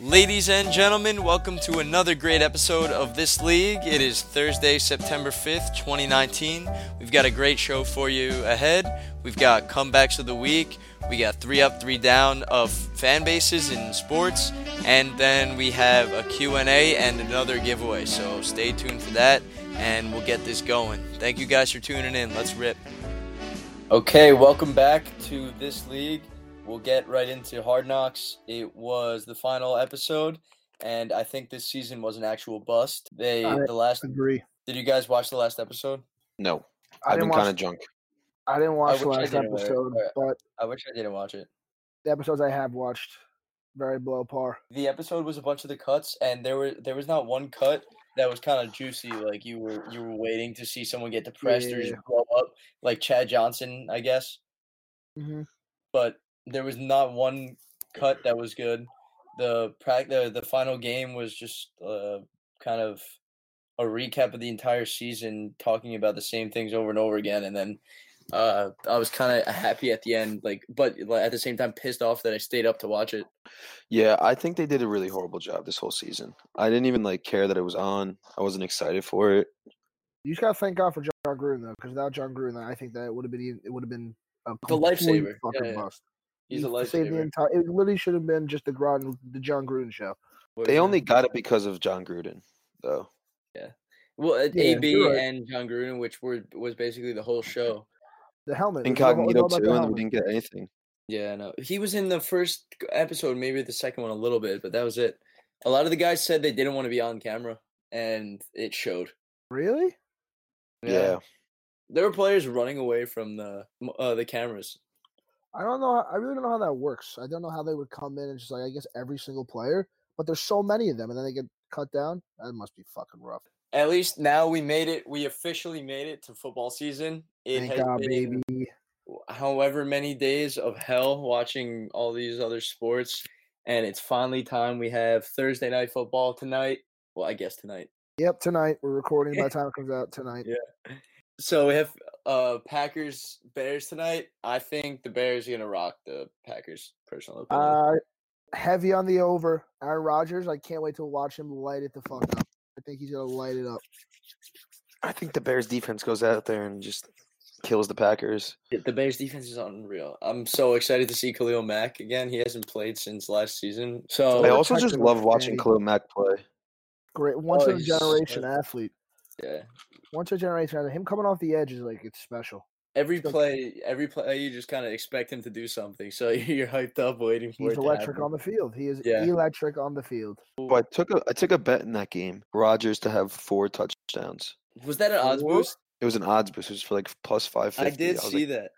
Ladies and gentlemen, welcome to another great episode of This League. It is Thursday, September 5th, 2019. We've got a great show for you ahead. We've got comebacks of the week. We got three up, three down of fan bases in sports, and then we have a Q&A and another giveaway. So stay tuned for that and we'll get this going. Thank you guys for tuning in. Let's rip. Okay, welcome back to This League we'll get right into Hard Knocks. It was the final episode, and I think this season was an actual bust. They I the last. agree. Did you guys watch the last episode? No, I I've didn't been kind watch. of junk. I didn't watch the wish I last did, but- episode, but I wish I didn't watch it. the episodes I have watched very below par. The episode was a bunch of the cuts, and there were there was not one cut that was kind of juicy. Like you were you were waiting to see someone get depressed or just Yeah. blow up, like Chad Johnson, I guess. Mm-hmm. but there was not one cut that was good. The prac the, the final game was just uh, kind of a recap of the entire season, talking about the same things over and over again, and then uh, I was kind of happy at the end, like, but like, at the same time pissed off that I stayed up to watch it. Yeah, I think they did a really horrible job this whole season. I didn't even like care that it was on. I wasn't excited for it. You just gotta thank God for John Gruden though, because without John Gruden, I think that would have been even- it would have been a complete lifesaver. Fucking Yeah, yeah. bust. He's a He saved the lifesaver. entire. It literally should have been just the Gruden, the John Gruden show. What was They it? only got it because of John Gruden, though. well, uh, Yeah, AB you're right. and John Gruden, which were was basically the whole show. The helmet. it was all- it was all Incognito about the too, and we helmet. didn't get anything. Yeah, I know. He was in the first g- episode, maybe the second one a little bit, but that was it. A lot of the guys said they didn't want to be on camera, and it showed. Really? Yeah, There were players running away from the m- uh, the cameras. I don't know. I really don't know how that works. I don't know how they would come in and just like I guess every single player, but there's so many of them, and then they get cut down. That must be fucking rough. At least now we made it. We officially made it to football season. It Thank has God, been baby. however many days of hell watching all these other sports, and it's finally time. We have Thursday night football tonight. Well, I guess tonight. Yep, tonight we're recording. By the time it comes out tonight, Yeah. So we have uh Packers Bears tonight. I think the Bears are gonna rock the Packers. Personal opinion. Uh, heavy on the over. Aaron Rodgers. I can't wait to watch him light it the fuck up. I think he's gonna light it up. I think the Bears defense goes out there and just kills the Packers. Yeah, The Bears defense is unreal. I'm so excited to see Khalil Mack again. He hasn't played since last season. I they're So also just touching love with watching Danny. Khalil Mack play. Great once in a Oh, he's- generation athlete. yeah. Once in a generation athlete. Him coming off the edge is like it's special. Every Still- play, every play, you just kind of expect him to do something. So you're hyped up waiting for He's it. to electric happen. on the field. He is Yeah. electric on the field. Well, I took a I took a bet in that game. Rogers to have four touchdowns. Was that an odds What? boost? It was an odds boost. It was for like plus five I fifty. did was see like, that.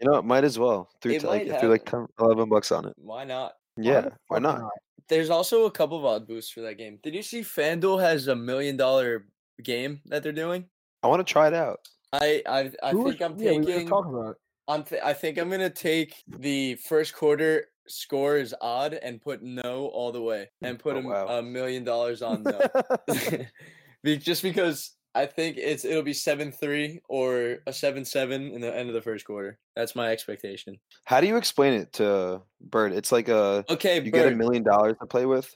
You know, it might as well. Threw It to, like, might I threw like 10, 11 bucks on it. Why not? Yeah, the why fuck not? There's also a couple of odd boosts for that game. Did you see FanDuel has a million dollar game that they're doing? I want to try it out. I I, I Who was- think I'm yeah, taking. we were just talking about it. I'm th- I think I'm gonna take the first quarter score is odd and put no all the way and put Oh, a m- wow. a million dollars on no, Be- just because I think it's it'll be seven three or a seven seven in the end of the first quarter. That's my expectation. How do you explain it to Bird? It's like a Okay, you get a Bert, million dollars to play with.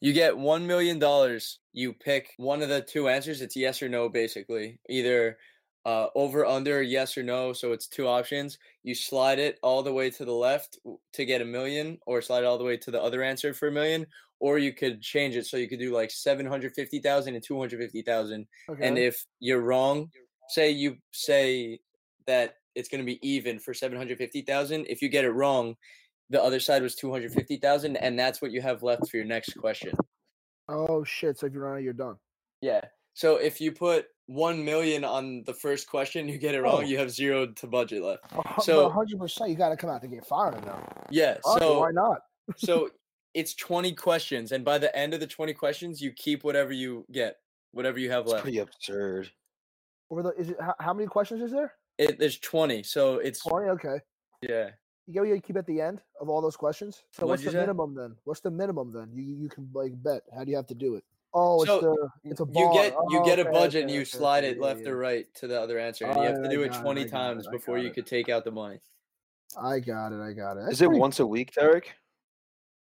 You get one million dollars. You pick one of the two answers. It's yes or no, basically. Either uh, over under yes or no. So it's two options. You slide it all the way to the left w- to get a million, or slide it all the way to the other answer for a million. Or you could change it so you could do like seven hundred fifty thousand and two hundred fifty thousand. Okay. And if you're wrong, say you say that it's going to be even for 750,000. If you get it wrong, the other side was 250,000 and that's what you have left for your next question. oh shit! So if you're on it, you're done. Yeah. So if you put 1 million on the first question, you get it wrong, Oh. you have zero to budget left. A hu- but So- 100%, you got to come out to get fired though. Yeah. Fuck it, So Oh, why not? so it's 20 questions and by the end of the 20 questions, you keep whatever you get, whatever you have It's left. pretty absurd. Over the is it how, how many questions is there? It, there's 20. So it's 20? Okay. yeah. You get what you keep at the end of all those questions. So What'd what's you the say? minimum then? What's the minimum then? You you you can like bet. How do you have to do it? Oh, it's So, the it's a You bar. get you Oh, get a okay, budget and okay, you okay, slide okay, it yeah, left yeah. or right to the other answer, and you have to Alright, do I it got it, twenty I got it, times I before got you it. could take out the money. I got it. I got it. That's Is it pretty- once a week, Derek?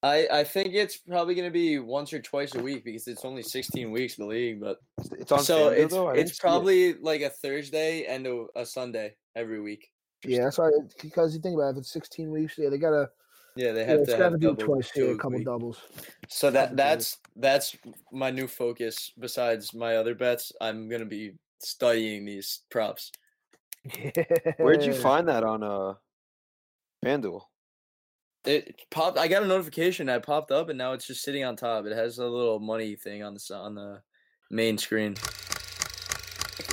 I, I think it's probably going to be once or twice a week because it's only 16 weeks in the league. But It's- It's on so FanDuel, it's though? I didn't it's see it. probably like a Thursday and a, a Sunday every week. Yeah, that's right. Because you think about it, if it's 16 weeks, yeah, they gotta, Yeah, they yeah, have it's to gotta have do double twice too, a two couple week. doubles. So that Couple that's that's my new focus. Besides my other bets, I'm gonna be studying these props. Where'd you Yeah. find that on uh, FanDuel? It popped. I got a notification. I popped up, and now it's just sitting on top. It has a little money thing on the s- on the main screen.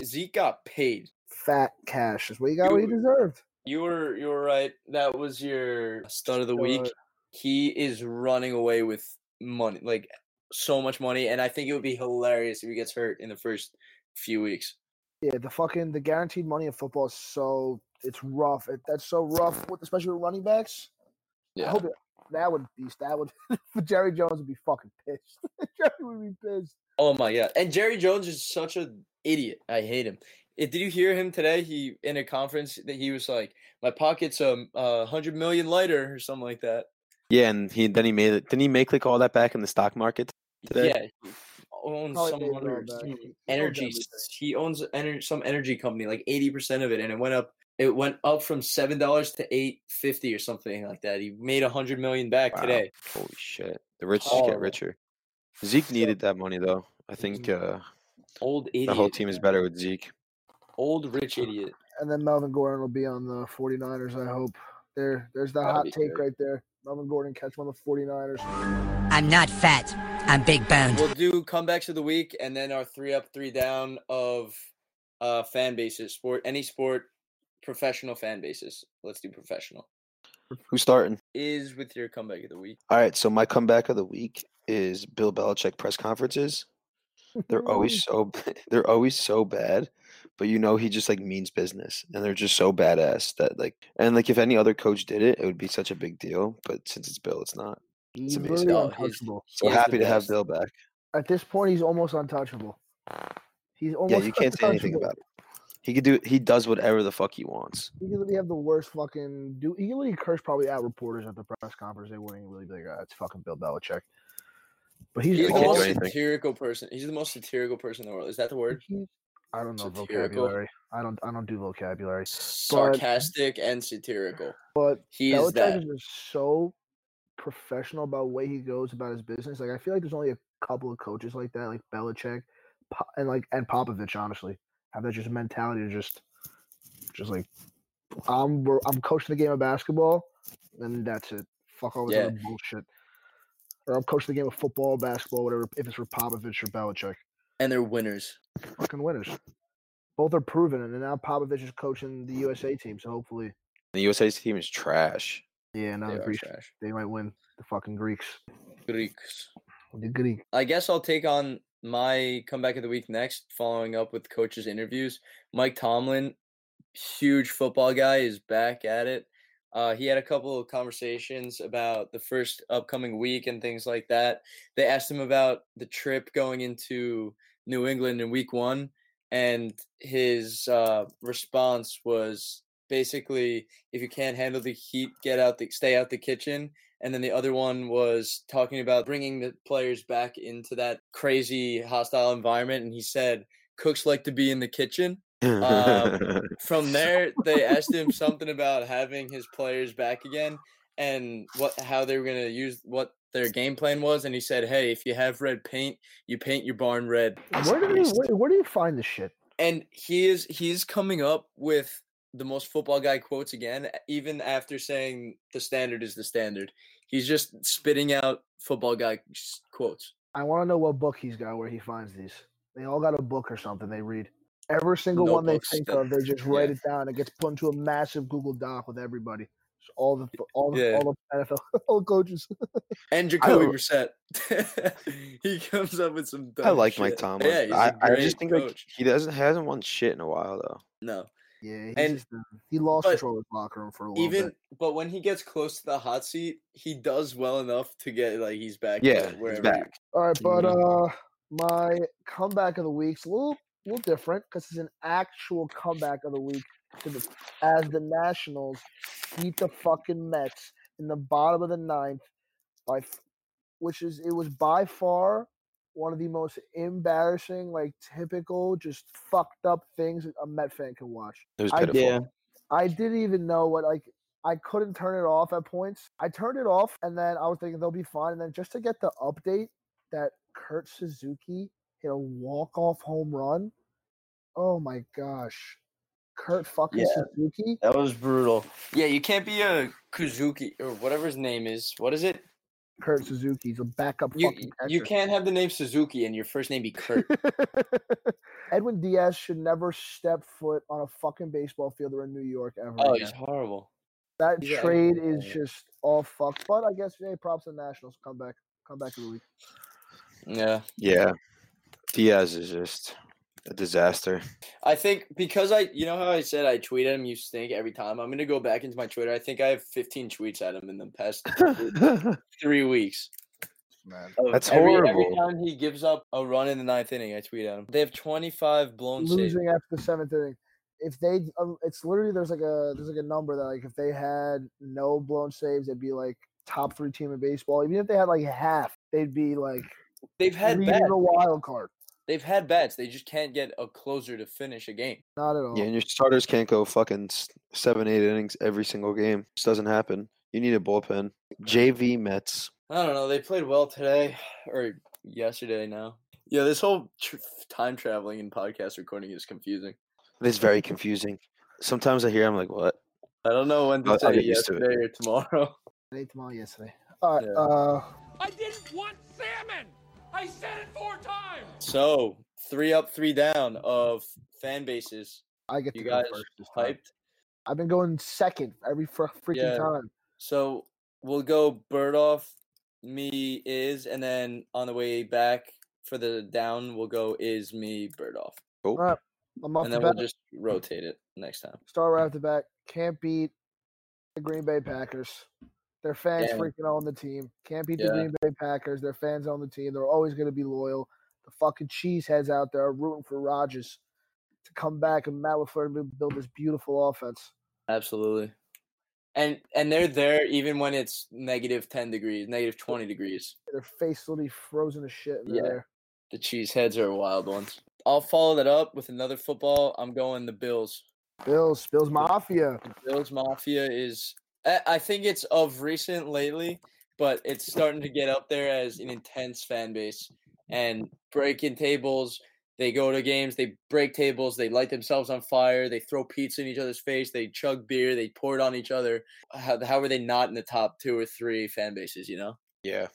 Zeke got paid. fat cash? Is what you got. What you Dude. deserved. You were you were right. That was your stud of the week. Stud. He is running away with money, like so much money, and I think it would be hilarious if he gets hurt in the first few weeks. Yeah, the fucking the guaranteed money in football is so it's rough. It, that's so rough, with, especially with running backs. I Yeah. hope it, that would be that would Jerry Jones would be fucking pissed. Jerry would be pissed. Oh my god! And Jerry Jones is such an idiot. I hate him. Eh, did you hear him today? He in a conference that he was like, "My pocket's um, a hundred million lighter" or something like that. Yeah, and he then he made it. Didn't he make like all that back in the stock market? Today? Yeah, he owns Probably some Hmm. made it all other back. some He- he owns energy. everything. s- He owns ener- some energy company, like eighty percent of it, and it went up. It went up from seven dollars to eight fifty or something like that. He made a hundred million back Wow. today. Holy shit! The rich just Horrible. get richer. Zeke needed that money though. I think Mm-hmm. uh, Old idiot. the whole team is better with Zeke. Old rich idiot. And then Melvin Gordon will be on the 49ers, I hope. There, there's that That'll hot be take good. right there. Melvin Gordon catch one of the 49ers. I'm not fat. I'm big boned. We'll do comebacks of the week and then our three up, three down of uh, fan bases, sport, any sport, professional fan bases. Let's do professional. Who's starting? Is with your comeback of the week. All right, so my comeback of the week is Bill Belichick press conferences. They're always Oh. so they're always so bad, but you know he just like means business, and they're just so badass that like and like if any other coach did it, it would be such a big deal. But since it's Bill, it's not. He's amazing. literally No, he's- untouchable. So He is the happy to have best. Bill back. At this point, he's almost untouchable. He's almost Yeah, you can't say anything about it. He could do. He does whatever the fuck he wants. He can literally have the worst fucking. Do he can literally curse probably at reporters at the press conference? They wouldn't really be like, "Ah, it's fucking Bill Belichick." But he's, He's the we can't most do almost. anything. satirical person. He's the most satirical person in the world. Is that the word? he's- I don't know Satirical. vocabulary. I don't. I don't do vocabulary. Sarcastic and satirical. But He is Belichick that. is just so professional about way he goes about his business. Like I feel like there's only a couple of coaches like that, like Belichick, Po- and like and Popovich. Honestly, have that just mentality to just, just like I'm we're- I'm coaching the game of basketball, and that's it. Fuck all this Yeah. other bullshit. Or I'm coaching the game of football, basketball, whatever. If it's for Popovich or Belichick, And they're winners. fucking winners. Both are proven, and now Popovich is coaching the USA team. So hopefully, The USA 's team is trash. yeah, now They the are Greeks, trash. they might win. The fucking Greeks. Greeks. The Greek. I guess I'll take on my comeback of the week next, following up with coaches' interviews. Mike Tomlin, huge football guy, is back at it. Uh, he had a couple of conversations about the first upcoming week and things like that. They asked him about the trip going into New England in week one, and his uh, response was basically, "If you can't handle the heat, get out the stay out the kitchen." and then the other one was talking about bringing the players back into that crazy hostile environment and he said cooks like to be in the kitchen Um, from there they asked him something about having his players back again and what how they were going to use what their game plan was and he said hey if you have red paint you paint your barn red Where do you where, where do you find this shit? and he is he's coming up with the most football guy quotes again a- even after saying the standard is the standard he's just spitting out football guy s- quotes I want to know what book he's got where he finds these. They all got a book or something they read. Every single one they Notebooks think that- of, they just write yeah. it down. It gets put into a massive Google Doc with everybody. It's all the all the, Yeah. all the NFL all the coaches. and jacoby Brissett. he comes up with some dumb I like oh, Mike shit. Tomlin. yeah he's I, a I great just think like coach. he doesn't hasn't won shit in a while though. no Yeah, he's And- just, uh, he lost but control of the locker room for a little even bit. but when he gets close to the hot seat he does well enough to get like he's back Yeah, to he's wherever back. All right, but Yeah. uh, my comeback of the week's a little little different because it's an actual comeback of the week to the as the Nationals beat the fucking Mets in the bottom of the ninth by f- which is it was by far one of the most embarrassing, like typical, just fucked up things a Met fan could watch. It was I- pitiful. Yeah. I didn't even know what like I couldn't turn it off at points. I turned it off and then I was thinking they'll be fine. And then just to get the update that Kurt Suzuki hit a walk off home run. Oh my gosh. Kurt fucking Yeah. Suzuki. That was brutal. Yeah, you can't be a Kuzuki or whatever his name is. What is it? Kurt Suzuki's a backup You fucking you catcher. can't have the name Suzuki and your first name be Kurt. Edwin Diaz should never step foot on a fucking baseball field or in New York ever. oh, again. he's horrible. That Yeah, trade is yeah. just all fucked. But I guess hey, props to the Nationals. Come back, come back to the league. Yeah. Yeah. Diaz is just a disaster. I think because I, you know how I said I tweet at him, you stink every time. I'm gonna go back into my Twitter. I think I have 15 tweets at him in the past That's three weeks. Man, of That's every, Every horrible. time he gives up a run in the ninth inning, I tweet at him. They have 25 blown saves. losing after the seventh inning. If they, uh, it's literally there's like a there's like a number that like if they had no blown saves, they'd be like top three team in baseball. Even if they had like half, they'd be like They've had leading bats. the wild card. They've had bats. They just can't get a closer to finish a game. Not at all. Yeah, and your starters can't go fucking s- seven, eight innings every single game. Just doesn't happen. You need a bullpen. JV Mets. I don't know. They played well today or yesterday now. Yeah, this whole tr- time traveling and podcast recording is confusing. It's very confusing. Sometimes I hear I'm like, what? I don't know when to I'll- I'll say get used to it. yesterday or tomorrow. They tomorrow yesterday. All right. Yeah. Uh, I didn't want salmon. I said it four times. So three up, three down of fan bases. I get to You go guys first this time. hyped. I've been going second every fr- freaking Yeah. time. So we'll go Birdoff, me is, and then on the way back for the down, we'll go is me Birdoff, Oh, Alright, I'm off and the then bat. we'll just rotate it next time. start right off the bat. Can't beat the Green Bay Packers. Their fans Yeah. freaking own the team. Can't beat the Yeah. Green Bay Packers. Their fans own the team. They're always going to be loyal. The fucking cheeseheads out there are rooting for Rodgers to come back and Matt LaFleur to build this beautiful offense. Absolutely. And and they're there even when it's negative ten degrees, negative twenty degrees. Their face will be frozen to shit. and they're Yeah. there. The cheeseheads are wild ones. I'll follow that up with another football. I'm going the Bills. Bills, Bills Mafia. Bills Mafia is I I think it's of recent lately, but it's starting to get up there as an intense fan base and breaking tables. They go to games, they break tables, they light themselves on fire, they throw pizza in each other's face, they chug beer, they pour it on each other. How, how are they not in the top two or three fan bases, you know? yeah.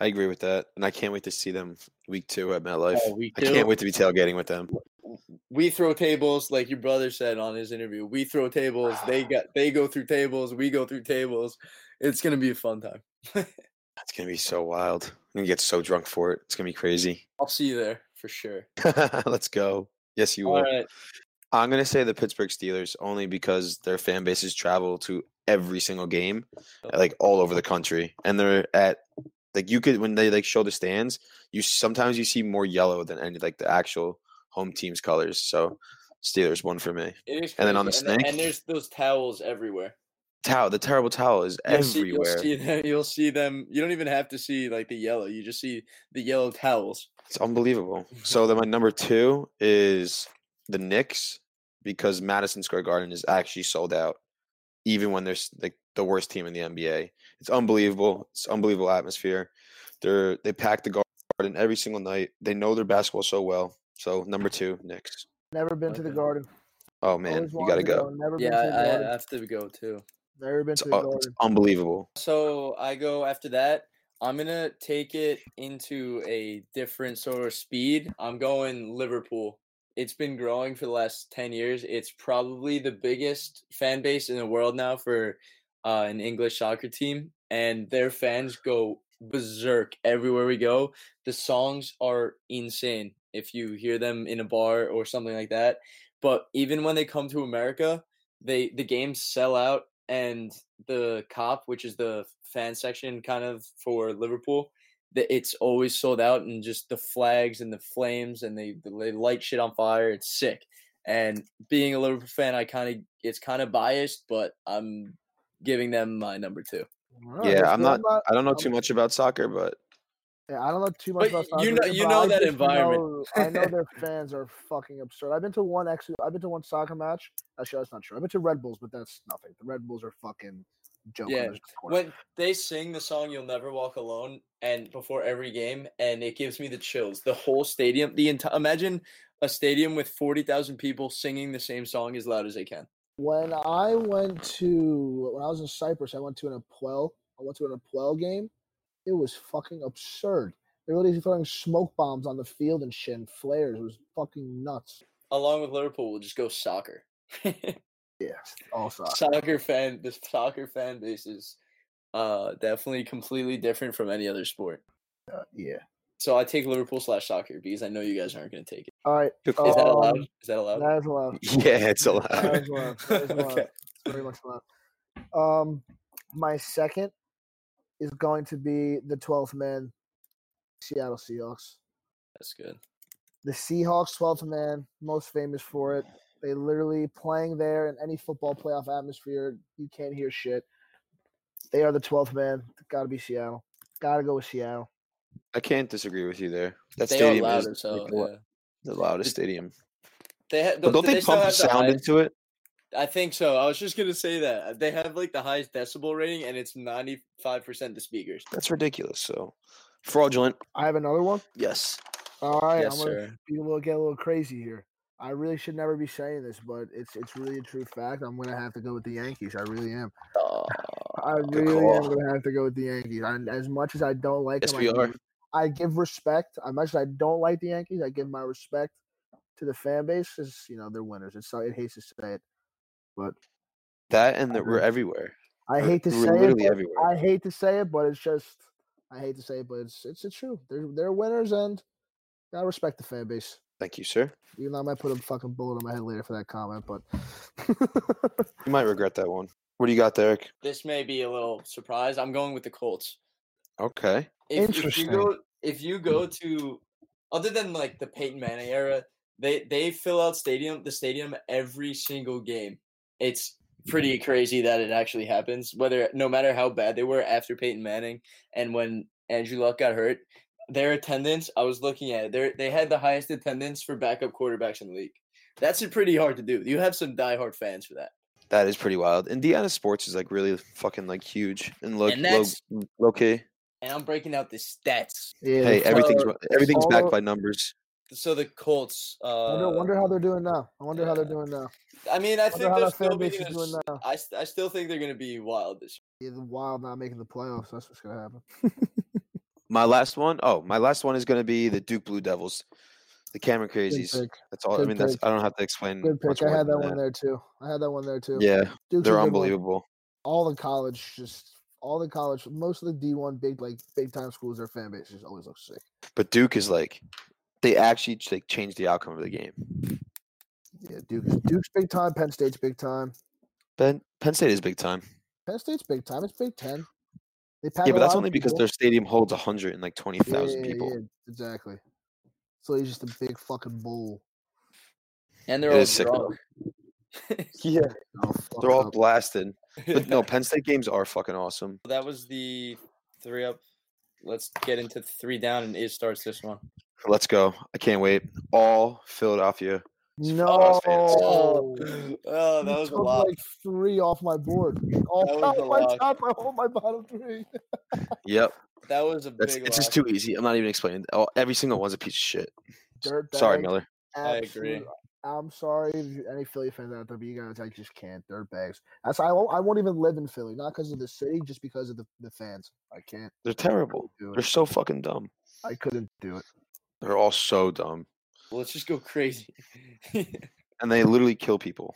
I agree with that. And I can't wait to see them week two at MetLife. Oh, week I can't two. wait to be tailgating with them. We throw tables, like your brother said on his interview. We throw tables, they got they go through tables, we go through tables. It's gonna be a fun time. It's going to be so wild. I'm going to get so drunk for it. It's going to be crazy. I'll see you there for sure. Let's go. Yes, you All will. right. I'm gonna say the Pittsburgh Steelers only because their fan bases travel to every single game, like all over the country, and they're at like you could when they like show the stands, you sometimes you see more yellow than any like the actual home team's colors. So Steelers one for me. It is And then on crazy, the and, snake? and there's those towels everywhere. Towel, the terrible towel is You'll see- you'll everywhere. See, them, you'll see them. You don't even have to see like the yellow. You just see the yellow towels. It's unbelievable. So then my number two is the Knicks because Madison Square Garden is actually sold out, even when there's like the worst team in the NBA. It's unbelievable. It's unbelievable atmosphere. They're they pack the garden every single night. They know their basketball so well. So number two, Knicks. Never been to the Okay. Garden. Oh man, Always you wanted gotta to go. Never Yeah, been to the I, Garden. I have to go too. Never been It's, to the uh, it's Garden. unbelievable. So I go after that. I'm gonna take it into a different sort of speed. I'm going Liverpool. It's been growing for the last ten years. It's probably the biggest fan base in the world now for uh, an English soccer team, and their fans go berserk everywhere we go. The songs are insane if you hear them in a bar or something like that. But even when they come to America, they the games sell out, and the cop, which is the fan section kind of for Liverpool, that it's always sold out, and just the flags and the flames, and they they light shit on fire. It's sick. And being a Liverpool fan, I kind of it's kind of biased, but I'm giving them my number two. All right, yeah, let's I'm go. not. I don't know too much about soccer, but Yeah, I don't know too But much about Sonic you Youth, know- you but know I that just environment. know- I know their fans are fucking absurd. I've been to one ex- I've been to one soccer match. Actually, that's not true. I've been to Red Bulls, but that's nothing. The Red Bulls are fucking joke. Yeah, when they sing the song "You'll Never Walk Alone" and before every game, and it gives me the chills. The whole stadium, the entire imagine a stadium with forty thousand people singing the same song as loud as they can. When I went to when I was in Cyprus, I went to an Apuel. I went to an Apuel game. It was fucking absurd. They were literally throwing smoke bombs on the field and shit and flares. It was fucking nuts. Along with Liverpool, we'll just go soccer. Yeah. Also, soccer fan, the soccer fan base is uh, definitely completely different from any other sport. uh, yeah. So I take Liverpool slash soccer because I know you guys aren't going to take it. All right. Took- Is that Um, allowed? Is that allowed? That is allowed. Yeah, it's allowed. That is allowed. That is allowed. Okay. It's very much allowed. Um, my second is going to be the 12th man, Seattle Seahawks. That's good. The Seahawks 12th man, most famous for it. They literally playing there in any football playoff atmosphere, you can't hear shit. They are the 12th man. Got to be Seattle. Got to go with Seattle. I can't disagree with you there. That They are stadium louder, is so like, lo- yeah. the loudest stadium. they ha- But don't they, still pump have the sound highest- into it? I think so. I was just gonna say that they have like the highest decibel rating, and it's ninety five percent the speakers. That's ridiculous. So fraudulent. I have another one. Yes. All right. yes, I'm gonna sir. be a little get a little crazy here. I really should never be saying this, but it's it's really a true fact. I'm gonna have to go with the Yankees. I really am. uh, Aw. I Good really am call. gonna have to go with the Yankees. I, as much as I don't like Yes, them, we I, are. Give, I give respect. As much as I don't like the Yankees, I give my respect to the fan base. Is you know they're winners. It's it hates to say it, but That and that we're agree. everywhere. I We're- hate to we're say it. literally but- everywhere. I hate to say it, but it's just I hate to say it, but it's it's, it's true. They're they're winners, and gotta respect the fan base. Thank you, sir. Even though I might put a fucking bullet on my head later for that comment, but You might regret that one. What do you got, Derek? This may be a little surprise. I'm going with the Colts. Okay. if, if you Interesting. go if you go to other than like the Peyton Manning era, they they fill out stadium the stadium every single game. It's pretty crazy that it actually happens. Whether no matter how bad they were after Peyton Manning and when Andrew Luck got hurt, their attendance I was looking at it. They they had the highest attendance for backup quarterbacks in the league. That's pretty hard to do. You have some diehard fans for that. That is pretty wild. Indiana sports is like really fucking like huge and low And low, that's- low key. And I'm breaking out the stats. yeah, uh, Hey, they everything's fucked ru- everything's backed all- by numbers. So the Colts. up. Uh, Wonder, wonder how they're doing now. I wonder how they're yeah. doing now. I mean, I Wonder think how they're that fan still base making is us. doing now. I, st- I still think they're going to be wild this Yeah, the Wild not making the playoffs. That's what's gonna happen. My last one, oh, my last one is going to be the Duke Blue Devils, the Cameron Good Crazies. pick. That's all. I Good mean, that's pick. I don't have to explain. Good much pick. I more had that than one there too. I had that one there too. Yeah, Duke's a they're good one. unbelievable. All the college, just all the college, most of the D one big like big time schools, their fan base just always looks sick. But Duke is like, they actually ch- like changed the outcome of the game. Yeah, Duke is Duke's big time. Penn State's big time. Ben, Penn State is big time. Penn State's big time. It's Big Ten. They pack yeah, a but that's lot of only because people. their stadium holds hundred and like twenty thousand people. exactly. So he's just a big fucking bull. year. And they're It all is sick. drunk. Yeah, All fucked they're all up. blasted. But no, Penn State games are fucking awesome. that was the three up. Let's get into three down, and it starts this one. Let's go! I can't wait. All Philadelphia. no. Oz fans. Oh, oh, You that was a took, lot. Like three off my board. Oh, That was a my lot. top, I hold my bottom three. Yep, That was a that's big. it's just lock. too easy. I'm not even explaining. All, every single one's a piece of shit. Dirt Sorry, bag, Miller. I agree. absolute- I'm sorry, if you- any Philly fans out there, but you guys, I just can't. Dirtbags. That's I won't. I won't even live in Philly, not because of the city, just because of the, the fans. I can't They're terrible. do They're it. so fucking dumb. I couldn't do it. They're all so dumb, Well, let's just go crazy. and they literally kill people.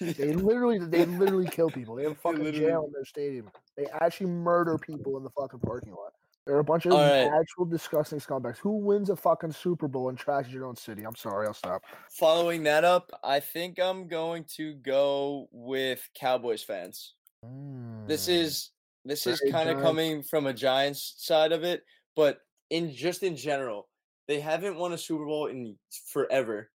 They literally, they literally kill people. They have They fucking literally- jail in their stadium. They actually murder people in the fucking parking lot. They're a bunch of All right. actual disgusting scumbags. Who wins a fucking Super Bowl and trashes your own city? I'm sorry, I'll stop. Following that up, I think I'm going to go with Cowboys fans. This Mm. is this is Very kind of Giants. coming from a Giants side of it, but in just in general, they haven't won a Super Bowl in forever.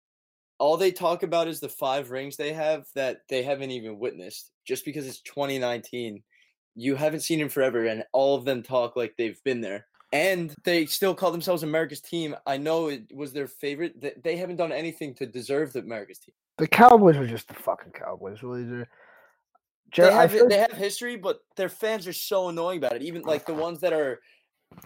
All they talk about is the five rings they have that they haven't even witnessed. Just because it's 2019, you haven't seen them forever, and all of them talk like they've been there. and they still call themselves America's team. I know it was their favorite. They, they haven't done anything to deserve the America's team. The Cowboys are just the fucking Cowboys. Really, they're. Jer- They I have, feel they like- have history, but their fans are so annoying about it. Even like the ones that are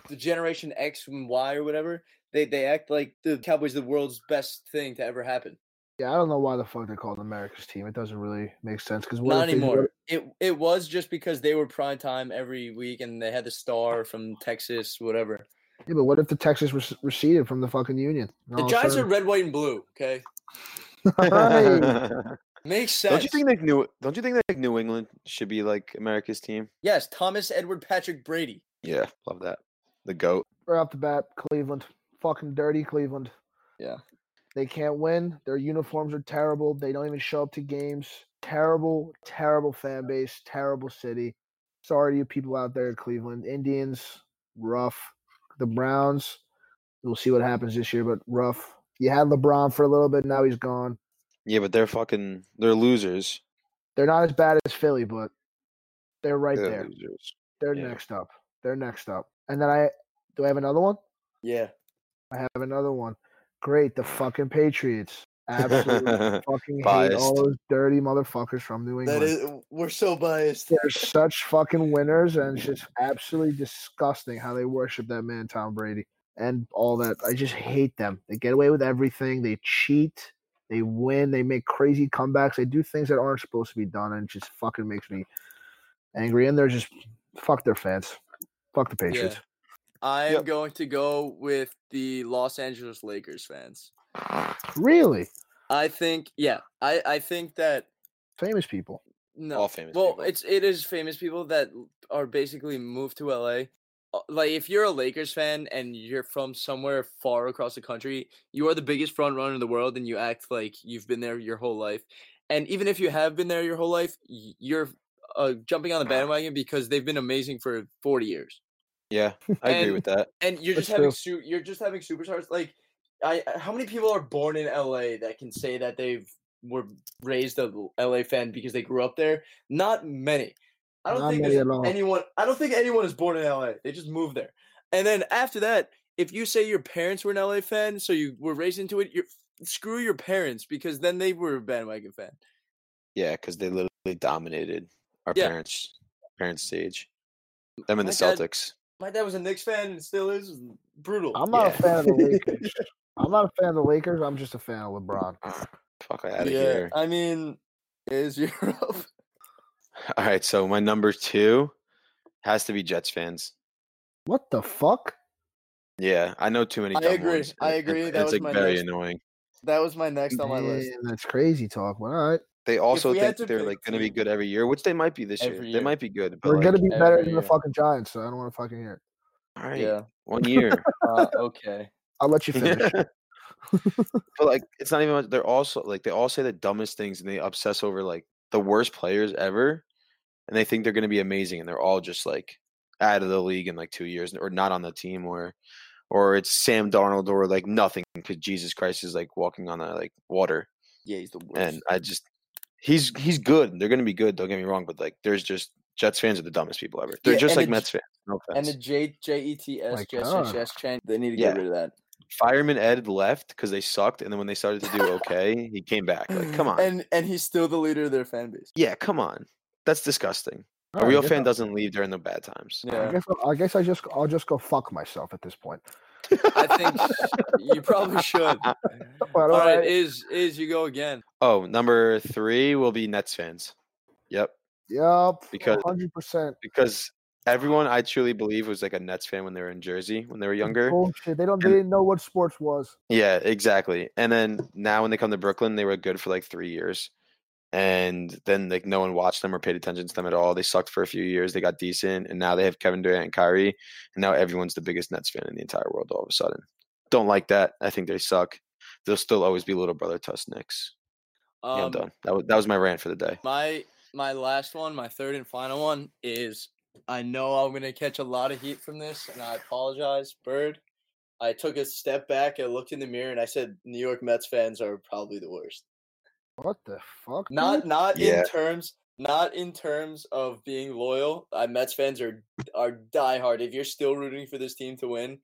the Generation X and Y or whatever, they, they act like the Cowboys are the world's best thing to ever happen. yeah, I don't know why the fuck they're called America's team. It doesn't really make sense because Not anymore. It it was just because they were prime time every week and they had the star from Texas, whatever. Yeah, but what if the Texas rec- receded from the fucking union? And The all of a Giants are sudden- red, white, and blue. Okay, Right. makes sense. don't you think like New Don't you think that like, New England should be like America's team? Yes, Thomas Edward Patrick Brady. Yeah, love that. The goat. right off the bat, Cleveland, fucking dirty Cleveland. Yeah. They can't win. Their uniforms are terrible. They don't even show up to games. Terrible, terrible fan base. Terrible city. Sorry to you people out there in Cleveland. Indians, rough. The Browns, we'll see what happens this year, but rough. You had LeBron for a little bit. Now he's gone. Yeah, but they're fucking. They're losers. They're not as bad as Philly, but they're right they're there. losers. They're yeah. next up. They're next up. And then I do I have another one? Yeah, I have another one. Great, the fucking Patriots. Absolutely fucking hate all Biased. those dirty motherfuckers from New England. that is. We're so biased. They're such fucking winners, and it's just absolutely disgusting how they worship that man Tom Brady and all that. I just hate them. They get away with everything. They cheat. They win. They make crazy comebacks. They do things that aren't supposed to be done, and it just fucking makes me angry. And they're just fuck their fans. Fuck the Patriots. I am Yep. going to go with the Los Angeles Lakers fans. Really, I think, yeah, I I think that famous people. no, All famous Well, people. it's it is famous people that l- are basically moved to LA. Uh, Like if you're a Lakers fan and you're from somewhere far across the country, you are the biggest front runner in the world, and you act like you've been there your whole life. And even if you have been there your whole life, y- you're uh, jumping on the Uh-huh. bandwagon because they've been amazing for 40 years. Yeah, I agree And- with that. and you're That's just having su- you're just having superstars like I I- how many people are born in LA that can say that they've were raised a l- LA fan because they grew up there? Not many. I don't Not think many there's at all. anyone I don't think anyone is born in LA. They just move there. And then after that, if you say your parents were an LA fan, so you were raised into it, you're screw your parents because then they were a bandwagon fan. Yeah, because they literally dominated our Yeah. parents, parents' age. Them and My the dad- Celtics. My dad was a Knicks fan and still is brutal. I'm not Yeah. a fan of the Lakers. I'm not a fan of the Lakers. I'm just a fan of LeBron. Fuck, I out of yeah, here. I mean, is Europe. All right, so my number two has to be Jets fans. What the fuck? Yeah, I know too many. I dumb agree, ones, I and- agree, and that was it's like my very next- annoying. That was my next on my list. Man, that's crazy talk. But all right, They also we had think to they're pick like going to be two- good every year, which they might be this year. Every They year. might be good, but we're like, gonna be better every than the year. fucking Giants, so I don't want to fucking hear it. all right, Yeah. one year. Uh, okay. I'll let you finish. but like, it's not even. much- They're also like they all say the dumbest things, and they obsess over like the worst players ever, and they think they're going to be amazing, and they're all just like out of the league in like two years, or not on the team, or or it's Sam Darnold, or like nothing, because Jesus Christ is like walking on a like water. Yeah, he's the worst. and I just he's he's good. They're gonna be good. Don't get me wrong, but like there's just Jets fans are the dumbest people ever. They're Yeah, just and like the Mets fans. No and offense. the J J E T S My Jets God. Jets change. They need to Yeah. get rid of that. Fireman Ed left because they sucked, and then when they started to do okay, he came back. Like, come on, And and he's still the leader of their fan base. yeah, come on. That's disgusting. All a right, real I guess fan doesn't leave during the bad times. I, I Yeah, guess I'll- I guess I just I'll just go fuck myself at this point. I think you probably should. All But all right, right, is is you go again? Oh, number three will be Nets fans. Yep, yup, because- hundred percent because everyone I truly believe was like a Nets fan when they were in Jersey when they were younger. bullshit. They don't they And- didn't know what sports was. Yeah, exactly. And then now when they come to Brooklyn, they were good for like three years. And then like no one watched them or paid attention to them at all. They sucked for a few years. They got decent, and now they have Kevin Durant and Kyrie, and now everyone's the biggest Nets fan in the entire world. All of a sudden, don't like that. I think they suck. They'll still always be little brother to us Knicks. Yeah, I'm Um, done. That was, that was my rant for the day. my my last one, my third and final one is. I know I'm gonna catch a lot of heat from this, and I apologize, Bird. I took a step back, I looked in the mirror, and I said, "New York Mets fans are probably the worst." What the fuck? Not dude? not Yeah. in terms not in terms of being loyal. Uh, Mets fans are are diehard. If you're still rooting for this team to win,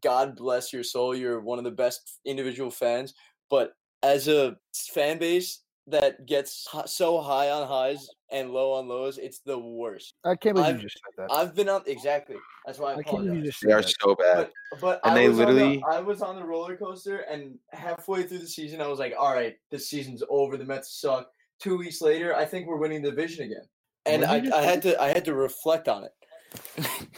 God bless your soul. You're one of the best individual fans. But as a fan base that gets h- so high on highs and low on lows, it's the worst. I can't believe I've- you just said that. I've been on exactly. That's why I I can't believe you apologize. just said They are that. so bad. But, but And I they was on the- literally- I was on the roller coaster, and halfway through the season, I was like, "All right, this season's over. The Mets suck." Two weeks later, I think we're winning the division again, and What I, did you I had to I had to reflect on it.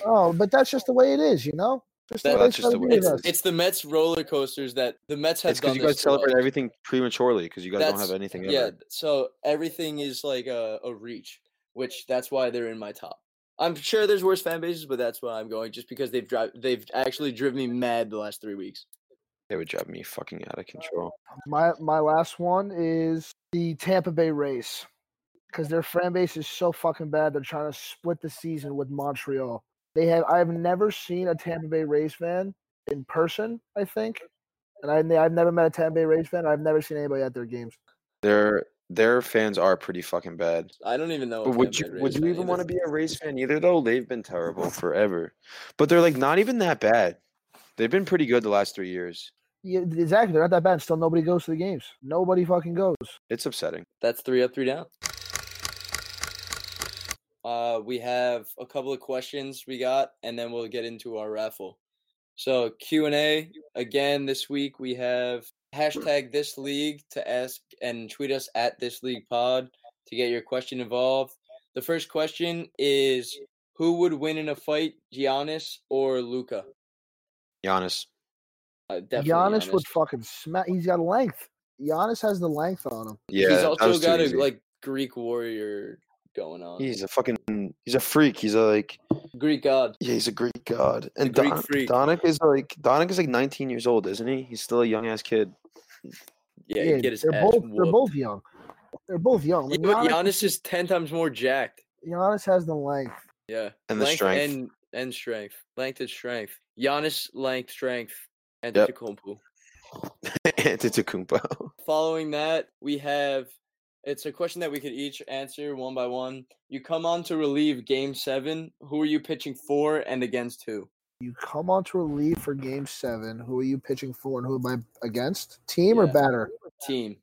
Oh, but that's just the way it is, you know. Just That- the way that's it's just gotta the way be it with It's, us. is. it's the Mets roller coasters that the Mets have It's done. because you this guys to celebrate us. everything prematurely because you guys That's- don't have anything. Ever. Yeah, so everything is like a, a reach, which that's why they're in my top. I'm sure there's worse fan bases, but that's why I'm going just because they've drive they've actually driven me mad the last three weeks. They would drive me fucking out of control. My my last one is the Tampa Bay Rays because their fan base is so fucking bad. They're trying to split the season with Montreal. They have I've never seen a Tampa Bay Rays fan in person. I think, and I ne- I've never met a Tampa Bay Rays fan. I've never seen anybody at their games. Their their fans are pretty fucking bad. I don't even know. But if would I'm you a Rays would you fan even either. want to be a Rays fan either though? They've been terrible forever. But they're like not even that bad. They've been pretty good the last three years. Yeah, exactly. They're not that bad. Still, nobody goes to the games. Nobody fucking goes. It's upsetting. That's three up, three down. Uh, we have a couple of questions we got, and then we'll get into our raffle. So Q and A again this week. We have hashtag this league to ask and tweet us at this league pod to get your question involved. The first question is: Who would win in a fight, Giannis or Luca? Giannis. Uh, Giannis, would fucking smack. He's got length. Giannis has the length on him. Yeah, He's that also was too got a easy. like Greek warrior going on. He's a fucking. He's a freak. He's a, like. Greek god. Yeah, he's a Greek god. And Greek Don, freak. Donick is like. Donick is like 19 years old, isn't he? He's still a young ass kid. Yeah, he'd get his they're ass both whooped. they're both young. They're both Yeah, young. Like, but Giannis, Giannis is ten times more jacked. Giannis has the length. Yeah, And the Length strength. and and strength, length and strength. Giannis, length, strength, and Yep. Antetokounmpo. Antetokounmpo. Following that, we have it's a question that we could each answer one by one. You come on to relieve Game Seven. Who are you pitching for and against who? You come on to relief for Game Seven. Who are you pitching for, and who am I against? Team or Yeah. batter? Team.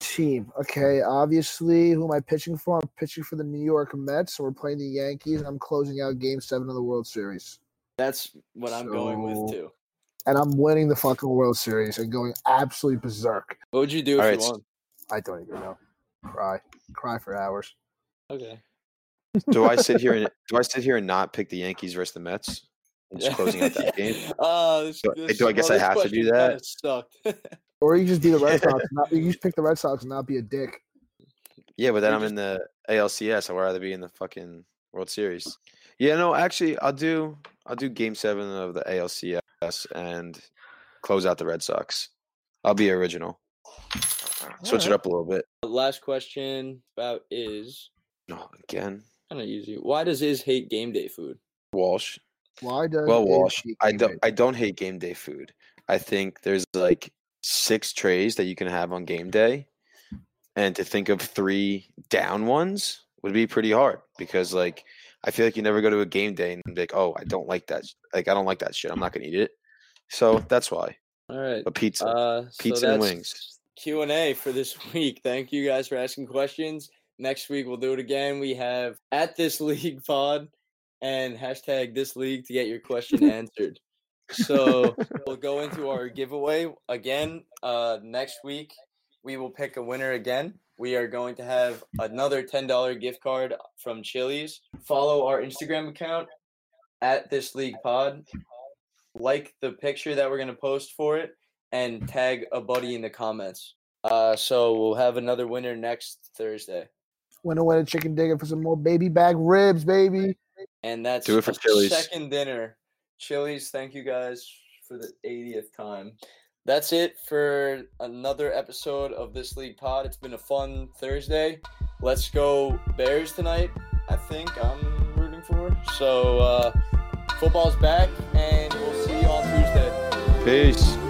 Team. Okay, obviously, who am I pitching for? I'm pitching for the New York Mets. So we're playing the Yankees, and I'm closing out Game Seven of the World Series. That's what I'm going with So- too. And I'm winning the fucking World Series and going absolutely berserk. What would you do All if right, you s- won? I don't even know. Cry, cry for hours. Okay. do I sit here and do I sit here and not pick the Yankees versus the Mets? I'm just closing out that Yeah. game. Uh, this, Do- this- do I guess well, I this have to do question kinda that? Sucked. Or you just be the Red Sox. and Not, you just pick the Red Sox and not be a dick. Yeah, but then You I'm in the ALCS. I'd rather be in the fucking World Series. Yeah, no, actually, I'll do I'll do Game Seven of the ALCS and close out the Red Sox. I'll be original. Switch it Alright. up a little bit. Last question about is No, again, kind of easy. Why does Iz hate game day food? Walsh. Why does Well, it Walsh, keep I me don't waiting? I don't hate game day food. I think there's like six trays that you can have on game day, and to think of three down ones would be pretty hard because like I feel like you never go to a game day and be like, oh, I don't like that. sh- Like I don't like that shit. I'm not gonna eat it. So that's why. All right. A pizza. Uh, so pizza and that's wings. Q and A for this week. Thank you guys for asking questions. Next week we'll do it again. We have at this league pod and hashtag this league to get your question answered. So we'll go into our giveaway again uh, next week. We will pick a winner again. We are going to have another ten dollar gift card from Chili's. Follow our Instagram account at this league pod. Like the picture that we're gonna post for it and tag a buddy in the comments. Uh, so we'll have another winner next Thursday, Went away to Chicken Digger for some more baby back ribs, baby. and that's Do it for a Chili's. second dinner. Chili's, thank you guys for the 80th time. That's it for another episode of this league pod. It's been a fun Thursday. Let's go Bears tonight. I think I'm rooting for. So uh, football's back, and we'll see you on Tuesday. Peace.